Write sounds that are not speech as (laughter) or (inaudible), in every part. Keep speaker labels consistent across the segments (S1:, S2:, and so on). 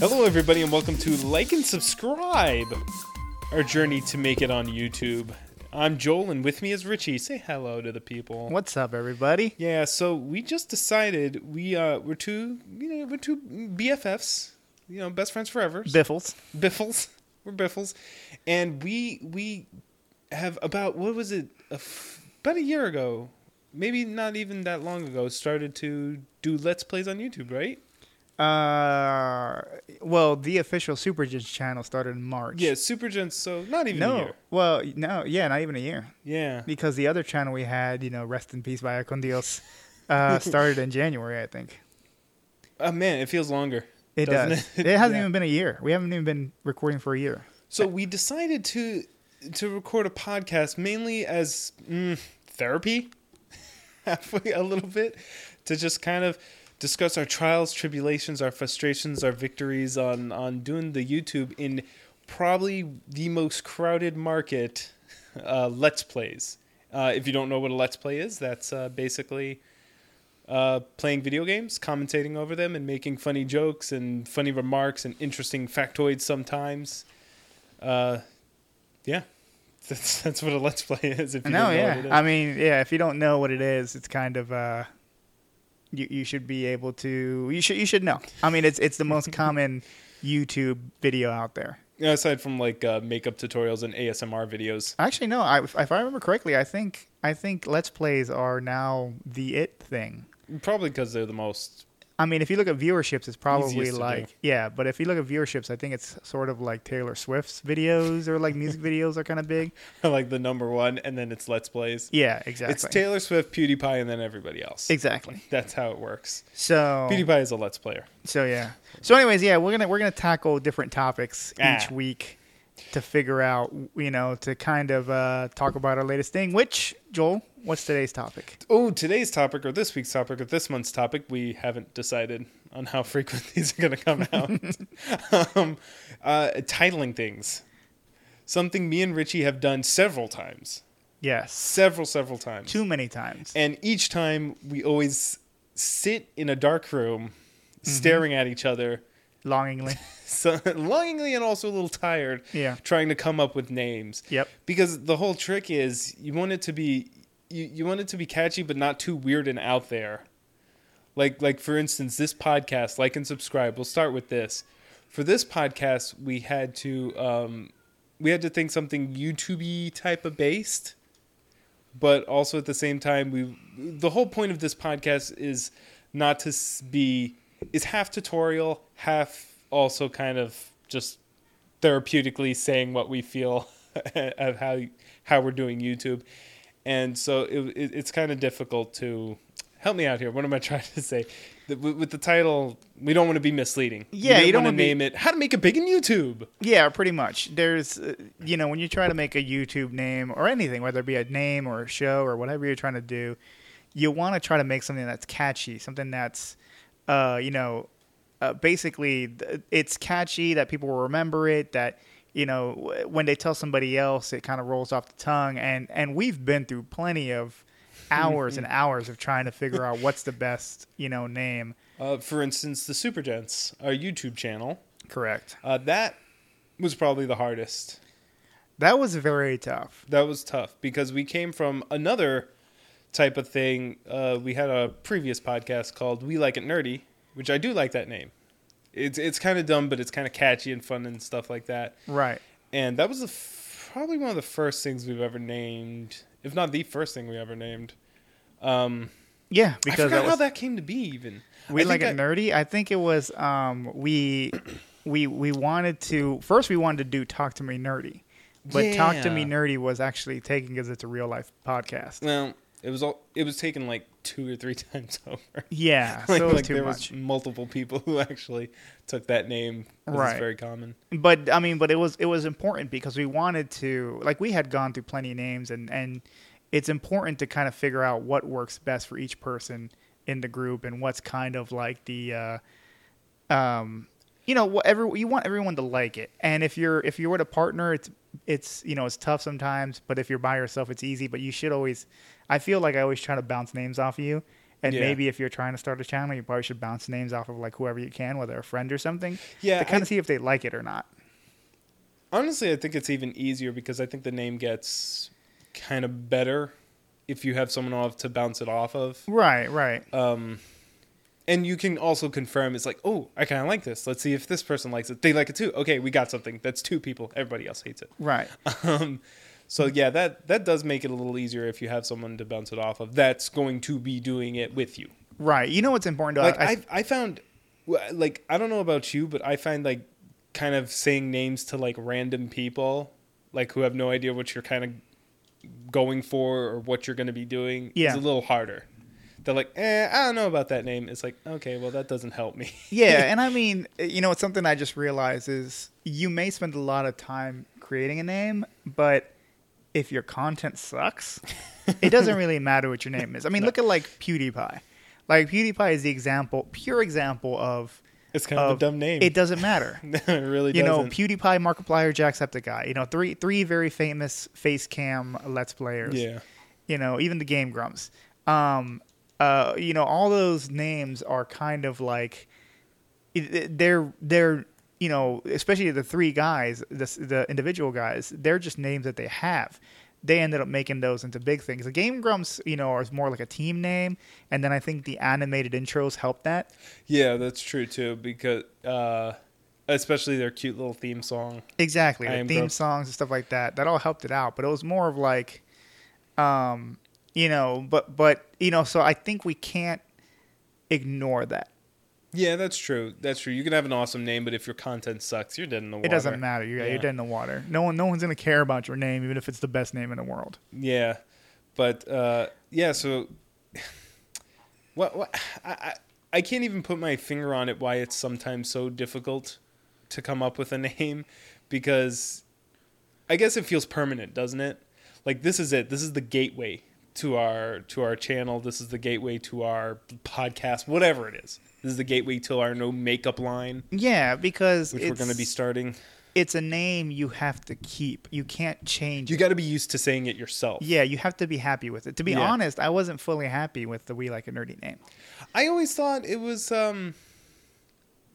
S1: Hello, everybody, and welcome to Like and Subscribe, our journey to make it on YouTube. I'm Joel, and with me is Richie. Say hello to the people.
S2: What's up, everybody?
S1: Yeah, so we just decided we uh, we're two you know we're two BFFs, you know, best friends forever.
S2: Biffles.
S1: Biffles, we're Biffles, and we we have about what was it a f- about a year ago, maybe not even that long ago, started to do let's plays on YouTube, right?
S2: Uh, well, the official Super Judge channel started in March.
S1: Yeah, Super Gents, so not even a
S2: No.
S1: year.
S2: Well, no. Yeah, not even a year
S1: Yeah.
S2: because the other channel we had, you know, Rest in Peace by Con Dios,
S1: (laughs)
S2: uh, started in January, I think.
S1: Oh man, it feels longer.
S2: It
S1: doesn't
S2: does. It,
S1: (laughs)
S2: hasn't
S1: Yeah.
S2: even been a year. We haven't even been recording for a year.
S1: So we decided to to record a podcast mainly as mm, therapy, (laughs) halfway a little bit, to just kind of discuss our trials, tribulations, our frustrations, our victories on on doing the YouTube in probably the most crowded market, uh, let's plays. Uh, if you don't know what a let's play is, that's uh, basically uh, playing video games, commentating over them, and making funny jokes and funny remarks and interesting factoids sometimes. Uh, yeah, (laughs) that's that's what a let's play is. If you
S2: No,
S1: don't know
S2: yeah.
S1: what it is.
S2: I mean, yeah. If you don't know what it is, it's kind of uh, you you should be able to you should you should know. I mean, it's it's
S1: (laughs)
S2: the most common YouTube video out there.
S1: Yeah, aside from like uh, makeup tutorials and ASMR videos.
S2: Actually, no. I, if I remember correctly, I think I think Let's Plays are now the it thing.
S1: Probably because they're the most. (laughs)
S2: I mean, if you look at viewerships, it's probably
S1: Easiest to do.
S2: like yeah. But if you look at viewerships, I think it's sort of like Taylor Swift's videos or
S1: (laughs)
S2: like music videos are kind of big.
S1: like the number one, and then it's Let's Plays.
S2: Yeah, exactly.
S1: It's Taylor Swift, PewDiePie, and then everybody else.
S2: Exactly. Oh.
S1: That's how it works.
S2: So
S1: PewDiePie is a Let's Player.
S2: so yeah. So anyways, yeah, we're gonna we're gonna tackle different topics
S1: Ah.
S2: each week to figure out you know to kind of uh, talk about our latest thing. Which Joel, what's today's topic?
S1: Oh, today's topic, or this week's topic, or this month's topic, we haven't decided on how (laughs) frequent these are going to come
S2: (laughs)
S1: out. um, uh, titling things. Something me and Richie have done several times.
S2: Yes,
S1: Several, several times.
S2: too many times.
S1: And each time we always sit in a dark room
S2: Mm-hmm.
S1: staring at each other,
S2: Longingly.
S1: so, (laughs) longingly and also a little tired,
S2: Yeah.
S1: trying to come up with names.
S2: Yep.
S1: Because the whole trick is you want it to be you, you want it to be catchy but not too weird and out there. Like like for instance, this podcast, like and subscribe. We'll start with this. For this podcast, we had to um, we had to think something YouTube type of based but also at the same time we the whole point of this podcast is not to s- be is half tutorial half also kind of just therapeutically saying what we feel (laughs) of how how we're doing youtube and so it, it, it's kind of difficult to help me out here what am i (laughs) trying to say The- with, with the title we don't want to be misleading We
S2: Yeah,
S1: didn't
S2: you don't
S1: wanna
S2: wanna be-
S1: name it how to make it big in youtube
S2: Yeah, pretty much. There's, uh, you know, when you try to make a YouTube name or anything, whether it be a name or a show or whatever you're trying to do, you want to try to make something that's catchy, something that's, uh, you know, uh, basically th- it's catchy that people will remember it. That you know, w- when they tell somebody else, it kind of rolls off the tongue. And and we've been through plenty of hours and
S1: Mm-hmm.
S2: hours of trying to figure out what's the best, you know, name.
S1: uh, for instance the super gents our youtube channel
S2: Correct.
S1: Uh, that was probably the hardest.
S2: That was very tough.
S1: That was tough because we came from another type of thing. Uh, we had a previous podcast called "We Like It Nerdy," which I do like that name. It's it's kind of dumb, but it's kind of catchy and fun and stuff like that.
S2: Right.
S1: And that was the f- probably one of the first things we've ever named, if not the first thing we ever named. Um,
S2: Yeah,
S1: I
S2: because
S1: forgot
S2: that was
S1: how that came to be. Even
S2: we
S1: I
S2: like
S1: think
S2: it
S1: I-
S2: nerdy. I think it was um, we we we wanted to first we wanted to do talk to me nerdy, but talk to me
S1: Yeah.
S2: nerdy was actually taken because it's a real life podcast.
S1: (laughs) Well, it was all it was taken like two or three (laughs) times over.
S2: Yeah,
S1: like,
S2: so (laughs) it was
S1: like
S2: too
S1: there
S2: much.
S1: was multiple people who actually took that name. 'cause
S2: Right.
S1: It's very common.
S2: But I mean, but it was it was important because we wanted to like we had gone through plenty of names and and it's important to kind of figure out what works best for each person in the group and what's kind of like the. Uh, um, you know, whatever you want everyone to like it. And if you're if you're with a partner, it's it's you know it's tough sometimes. But if you're by yourself, it's easy. But you should always. I feel like I always try to bounce names off you, And
S1: Yeah.
S2: maybe if you're trying to start a channel, you probably should bounce names off of like whoever you can, whether a friend or something,
S1: Yeah,
S2: to kind
S1: I-
S2: of see if they like it or not.
S1: Honestly, I think it's even easier because I think the name gets kind of better if you have someone off to bounce it off of.
S2: Right, right.
S1: Um, and you can also confirm it's like, oh, I kind of like this. Let's see if this person likes it. They like it too. Okay, we got something. That's two people. Everybody else hates it. (laughs)
S2: right.
S1: Um, so yeah, that that does make it a little easier if you have someone to bounce it off of. That's going to be doing it with you.
S2: Right. You know what's important to
S1: Like
S2: I,
S1: I, I found, w- like I don't know about you, but I find like kind of saying names to like random people, like who have no idea what you're kind of going for or what you're going to be doing,
S2: Yeah.
S1: is a little harder. They're like, eh, I don't know about that name. It's like, okay, well that doesn't help me. (laughs)
S2: Yeah, and I mean, you know, it's something I just realized is you may spend a lot of time creating a name, but if your content sucks,
S1: (laughs)
S2: it doesn't really matter what your name is. I mean, look at like PewDiePie. Like PewDiePie is the example, pure example of
S1: It's kind of,
S2: of-
S1: a dumb name.
S2: it doesn't matter.
S1: (laughs) it really
S2: you know,
S1: doesn't.
S2: PewDiePie, Markiplier, Jacksepticeye. You know, three three very famous face cam let's players
S1: yeah.
S2: you know, even the Game Grumps. Um, uh, you know, all those names are kind of like it- it- they're they're you know, especially the three guys, the s- the individual guys, they're just names that they have. They ended up making those into big things. The Game Grumps, you know, are more like a team name, and then I think the animated intros help that.
S1: Yeah, that's true too. Because uh, especially their cute little theme song.
S2: Exactly,
S1: I
S2: the
S1: am
S2: theme
S1: Grump.
S2: songs and stuff like that. That all helped it out, but it was more of like, um, you know, but but you know, so I think we can't ignore that.
S1: Yeah, that's true. That's true. You can have an awesome name, but if your content sucks, you're dead in the water.
S2: It doesn't matter. You're,
S1: Yeah.
S2: you're dead in the water. No one, no one's gonna care about your name, even if it's the best name in the world.
S1: Yeah, but uh, yeah. So, (sighs) what? What? I, I I can't even put my finger on it. Why it's sometimes so difficult to come up with a (laughs) name, because I guess it feels permanent, doesn't it? Like this is it. This is the gateway to our to our channel. This is the gateway to our podcast. Whatever it is, this is the gateway to our no makeup line,
S2: Yeah, because
S1: which
S2: it's,
S1: we're going to be starting.
S2: it's a name you have to keep. You can't change.
S1: You
S2: it.
S1: got to be used to saying it yourself.
S2: yeah, you have to be happy with it. To be
S1: Yeah.
S2: honest, I wasn't fully happy with the We Like a Nerdy name.
S1: I always thought it was um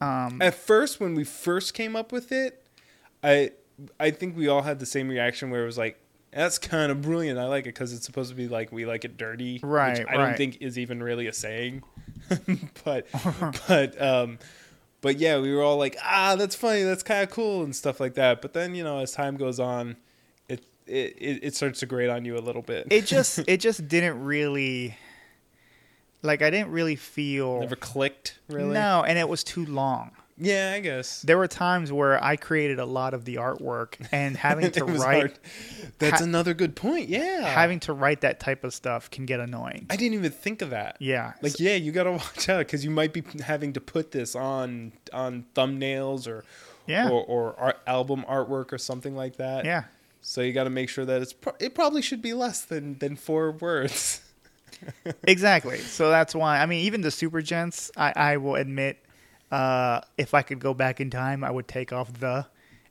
S2: Um,
S1: at first when we first came up with it, I I think we all had the same reaction where it was like that's kind of brilliant. I like it because it's supposed to be like we like it dirty,
S2: Right,
S1: I don't
S2: right.
S1: think is even really a saying, (laughs)
S2: (laughs)
S1: but but um, but yeah, we were all like, ah, that's funny, that's kind of cool and stuff like that. But then you know, as time goes on, it it it, it starts to grate on you a little bit. (laughs)
S2: it just, it just didn't really, like, I didn't really feel.
S1: never clicked really.
S2: No, and it was too long.
S1: Yeah, I guess
S2: There were times where I created a lot of the artwork
S1: (laughs)
S2: and having
S1: It
S2: to
S1: was
S2: write
S1: hard. That's
S2: ha-
S1: another good point. Yeah,
S2: (laughs) having to write that type of stuff can get annoying.
S1: I didn't even think of that.
S2: Yeah.
S1: Like, yeah, you gotta watch out because you might be having to put this on on thumbnails or
S2: Yeah.
S1: or, or art, album artwork or something like that.
S2: yeah.
S1: So you got to make sure that it's pro- it probably should be less than than four words. (laughs)
S2: Exactly. So that's why I mean even the super gents, I, I will admit, uh, if I could go back in time I would take off the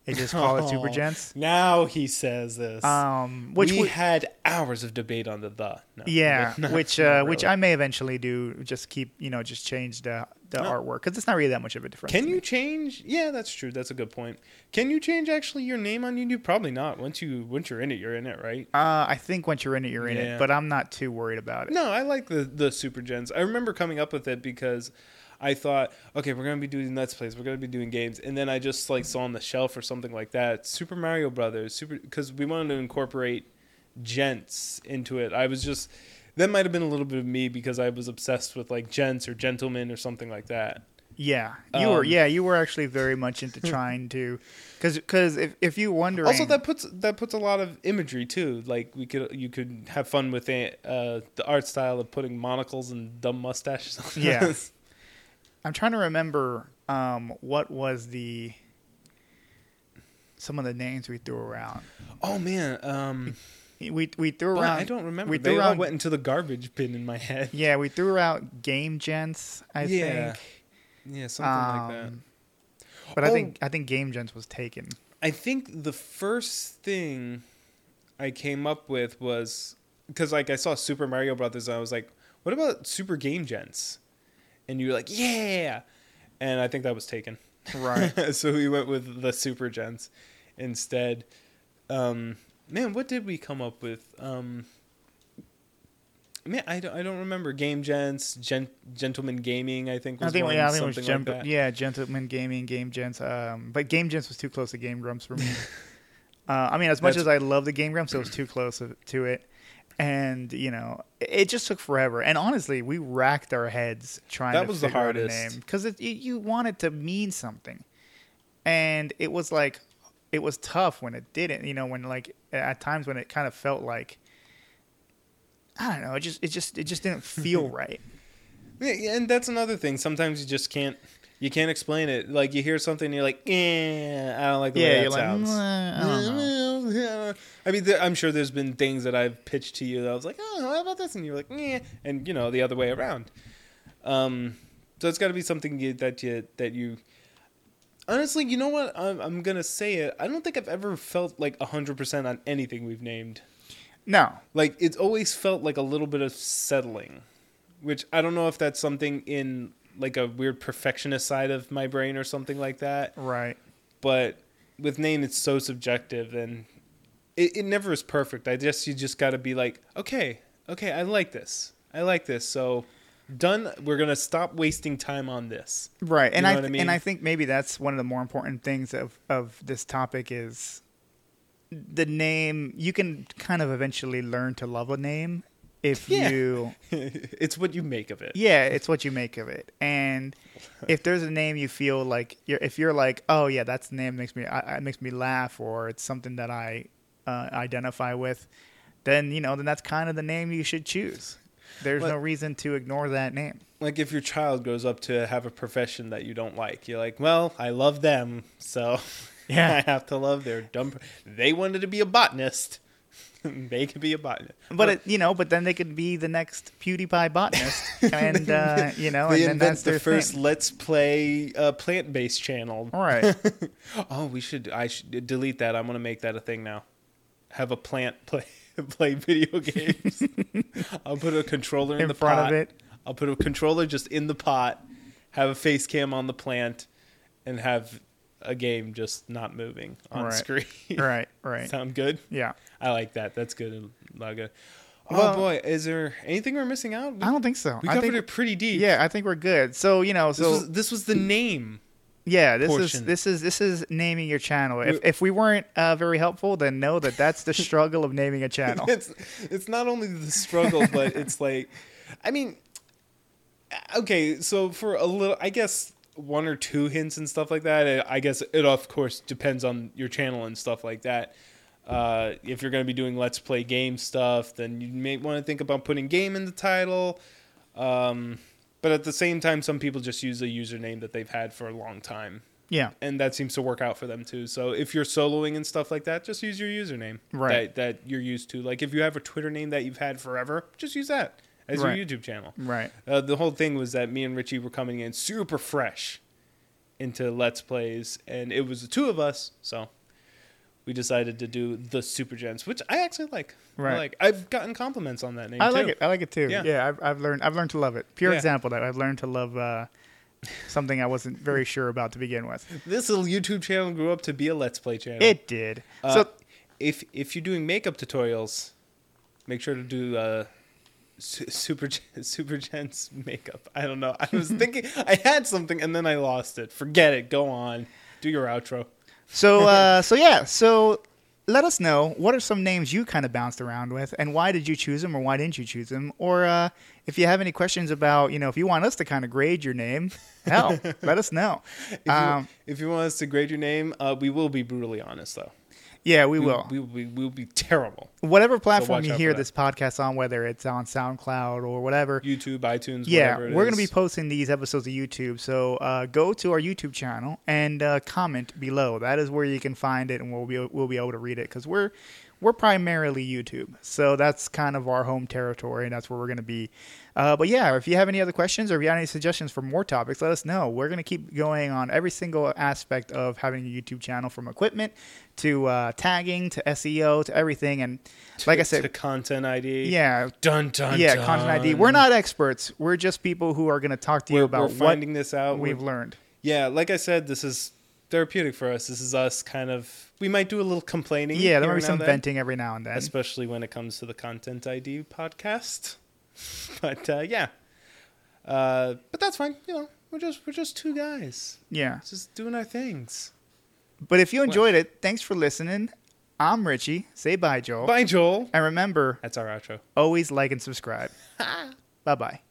S2: and just call it
S1: (laughs)
S2: super
S1: Oh,
S2: gents.
S1: Now he says this.
S2: Um which
S1: we
S2: would
S1: had hours of debate on the the. (laughs) No,
S2: (laughs) yeah,
S1: not-
S2: which uh,
S1: not
S2: which
S1: really.
S2: I may eventually do. Just keep, you know, just change the the
S1: No.
S2: artwork because it's not really that much of a difference.
S1: Can
S2: to
S1: you
S2: me.
S1: change? Yeah, that's true. That's a good point. Can you change actually your name on YouTube? Probably not. Once you once you're in it, you're in it, right?
S2: Uh, I think once you're in it, you're in
S1: Yeah.
S2: it. But I'm not too worried about it.
S1: No, I like the the super gens. I remember coming up with it because I thought, okay, we're gonna be doing Let's Plays, we're gonna be doing games, and then I just like saw on the shelf or something like that, Super Mario Brothers, super because we wanted to incorporate gents into it. I was just that might have been a little bit of me because I was obsessed with like gents or gentlemen or something like that.
S2: Yeah, you were.
S1: Um,
S2: Yeah, you were actually very
S1: (laughs)
S2: much into trying to, because if if you wonder
S1: Also, that puts that puts a lot of imagery too. Like we could you could have fun with it, uh, the art style of putting monocles and dumb mustaches. on
S2: Yeah.
S1: us.
S2: I'm trying to remember um, what was the some of the names we threw around.
S1: Oh man. Um,
S2: We we threw
S1: But
S2: around.
S1: I don't remember.
S2: We
S1: they
S2: threw
S1: all
S2: around.
S1: went into the garbage bin in my head. (laughs)
S2: yeah, we threw out game gents. I
S1: Yeah,
S2: think.
S1: Yeah, something like that.
S2: Um, But I
S1: Oh.
S2: think I think game gents was taken.
S1: I think the first thing I came up with was because like I saw Super Mario Brothers, and I was like, what about Super Game Gents? And you were like, yeah, and I think that was taken.
S2: Right.
S1: (laughs) so we went with the Super Gents instead. Um, man, what did we come up with? Um, man, I don't, I don't remember. Game Gents, Gen- Gentleman Gaming, I think was
S2: I think,
S1: one,
S2: yeah, I think it was
S1: something
S2: Gen-
S1: like that.
S2: yeah, Gentleman Gaming, Game Gents. Um, but Game Gents was too close to Game Grumps
S1: (laughs)
S2: for me. uh, I mean, as much
S1: That's-
S2: as I love the Game Grumps, it was too close of- to it. And you know, it- it just took forever. And honestly, we racked our heads trying
S1: That
S2: to
S1: was the
S2: figure out a
S1: hardest.
S2: name because you, you want it to mean something, and it was like, it was tough when it didn't. You know, when like at times when it kind of felt like, I don't know, it just it just it just
S1: (laughs)
S2: didn't feel right.
S1: Yeah, and that's another thing. Sometimes you just can't you can't explain it. Like you hear something, and you're like, eh, I don't like the
S2: Yeah,
S1: way that
S2: you're like,
S1: sounds.
S2: "Mwah, I
S1: (laughs)
S2: don't
S1: I mean, there, I'm sure there's been things that I've pitched to you that I was like, oh, how about this? And you're like, eh, and you know the other way around. Um, so it's got to be something you, that you that you. Honestly, you know what? I'm, I'm gonna say it. I don't think I've ever felt like hundred percent on anything we've named
S2: No,
S1: like it's always felt like a little bit of settling which i don't know if that's something in like a weird perfectionist side of my brain or something like that
S2: right.
S1: but with name it's so subjective and it, it never is perfect i guess you just gotta be like okay okay i like this i like this so done we're gonna stop wasting time on
S2: (laughs)
S1: this
S2: right and
S1: know
S2: i
S1: what I
S2: th-
S1: mean?
S2: and i think maybe that's one of the more important things of of this topic is the name you can kind of eventually learn to love a name if
S1: Yeah.
S2: you
S1: it's what you make of it
S2: yeah it's what you make of it and if there's a name you feel like you're if you're like oh yeah that's the name makes me I, I- makes me laugh or it's something that i uh, identify with then you know then that's kind of the name you should choose there's
S1: But-
S2: no reason to ignore that name
S1: like if your child grows up to have a profession that you don't like, you're like, well, I love them, so (laughs)
S2: Yeah.
S1: I have to love their dumb. pro- They wanted to be a botanist. (laughs) they could be a botanist.
S2: But it, you know, but then they could be the next
S1: (laughs)
S2: PewDiePie botanist, and uh, you know,
S1: they
S2: and then
S1: invent
S2: that's
S1: the
S2: their
S1: first
S2: Thing.
S1: Let's Play uh, plant-based channel. (laughs)
S2: All right,
S1: Oh, we should. I should delete that. I'm gonna make that a thing now. Have a plant (laughs) play play video
S2: (laughs)
S1: games. I'll put a controller in,
S2: In
S1: the
S2: front of
S1: pot.
S2: it.
S1: I'll put a controller just in the pot. Have a face cam on the plant, and have a game just not moving on
S2: Right.
S1: screen.
S2: (laughs) right, right.
S1: Sound good?
S2: yeah,
S1: I like that. That's good and not good. Oh
S2: Well-
S1: boy, is there anything we're missing out? We,
S2: I don't think so.
S1: we
S2: I
S1: covered
S2: think,
S1: it pretty deep.
S2: yeah, I think we're good. So you know,
S1: This
S2: so
S1: was this was the name.
S2: yeah, this is
S1: portion.
S2: this is this is naming your channel. If
S1: We-
S2: if we weren't uh, very helpful, then know that
S1: (laughs)
S2: that's the struggle of naming a channel.
S1: it's it's not only the struggle, but it's like, I mean, uh, okay, so for a little, I guess one or two hints and stuff like that. I- I guess it of course depends on your channel and stuff like that. Uh, if you're going to be doing let's play game stuff, then you may want to think about putting game in the title. Um, but at the same time, some people just use a username that they've had for a long time.
S2: Yeah,
S1: And that seems to work out for them too. So if you're soloing and stuff like that, just use your username
S2: Right.
S1: that, that you're used to. Like if you have a Twitter name that you've had forever, just use that as
S2: Right.
S1: your YouTube channel.
S2: right.
S1: Uh, the whole thing was that me and Richie were coming in super fresh into Let's Plays, and it was the two of us, so we decided to do the Super Gens, which I actually like.
S2: Right.
S1: I like. I've gotten compliments on that name.
S2: I
S1: too.
S2: like it. I like it too. Yeah,
S1: Yeah.
S2: I've, I've learned. I've learned to love it. Pure
S1: Yeah.
S2: example that I've learned to love uh, something I wasn't
S1: (laughs)
S2: very sure about to begin with.
S1: This little YouTube channel grew up to be a Let's Play channel.
S2: It did.
S1: Uh,
S2: so
S1: if if you're doing makeup tutorials, make sure to do uh, su- super Gen- (laughs) super gents makeup. I don't know. I
S2: (laughs)
S1: was thinking I had something and then I lost it. Forget it. Go on. Do your outro. (laughs)
S2: so uh, so yeah. So let us know what are some names you kind of bounced around with, and why did you choose them, or why didn't you choose them, or uh, if you have any questions about, you know, if you want us to kind of grade your name, (laughs) hell, let us know.
S1: (laughs) If you,
S2: Um,
S1: if you want us to grade your name, uh, we will be brutally honest though.
S2: yeah, we
S1: We
S2: will.
S1: We will be, we will be terrible.
S2: Whatever platform
S1: watch
S2: you
S1: out
S2: hear
S1: for that.
S2: this podcast on, whether it's on SoundCloud or whatever,
S1: YouTube, iTunes.
S2: yeah,
S1: whatever it
S2: we're gonna be
S1: is.
S2: posting these episodes to YouTube. So uh, go to our YouTube channel and uh, comment below. That is where you can find it, and we'll be we'll be able to read it because we're we're primarily YouTube, so that's kind of our home territory, and that's where we're going to be. Uh, but yeah, if you have any other questions or if you have any suggestions for more topics, let us know. We're going to keep going on every single aspect of having a YouTube channel, from equipment to uh, tagging to SEO to everything. And like I
S1: the
S2: said,
S1: content ID.
S2: yeah,
S1: Dun dun.
S2: yeah,
S1: dun.
S2: content ID. We're not experts. We're just people who are going to talk to you
S1: We're,
S2: about
S1: we're finding this out.
S2: what we've
S1: We're-
S2: learned.
S1: yeah, like I said, this is therapeutic for us. This is us kind of. We might do a little complaining.
S2: Yeah, there might
S1: here
S2: be
S1: now
S2: some
S1: and then,
S2: venting every now and then.
S1: especially when it comes to the content ID podcast. (laughs) But uh, yeah, uh, but that's fine. You know, we're just we're just two guys,
S2: Yeah.
S1: just doing our things.
S2: But if you enjoyed it, thanks for listening. I'm Richie. Say bye, Joel.
S1: Bye, Joel.
S2: And remember,
S1: That's our outro. (laughs)
S2: always like and subscribe. bye bye.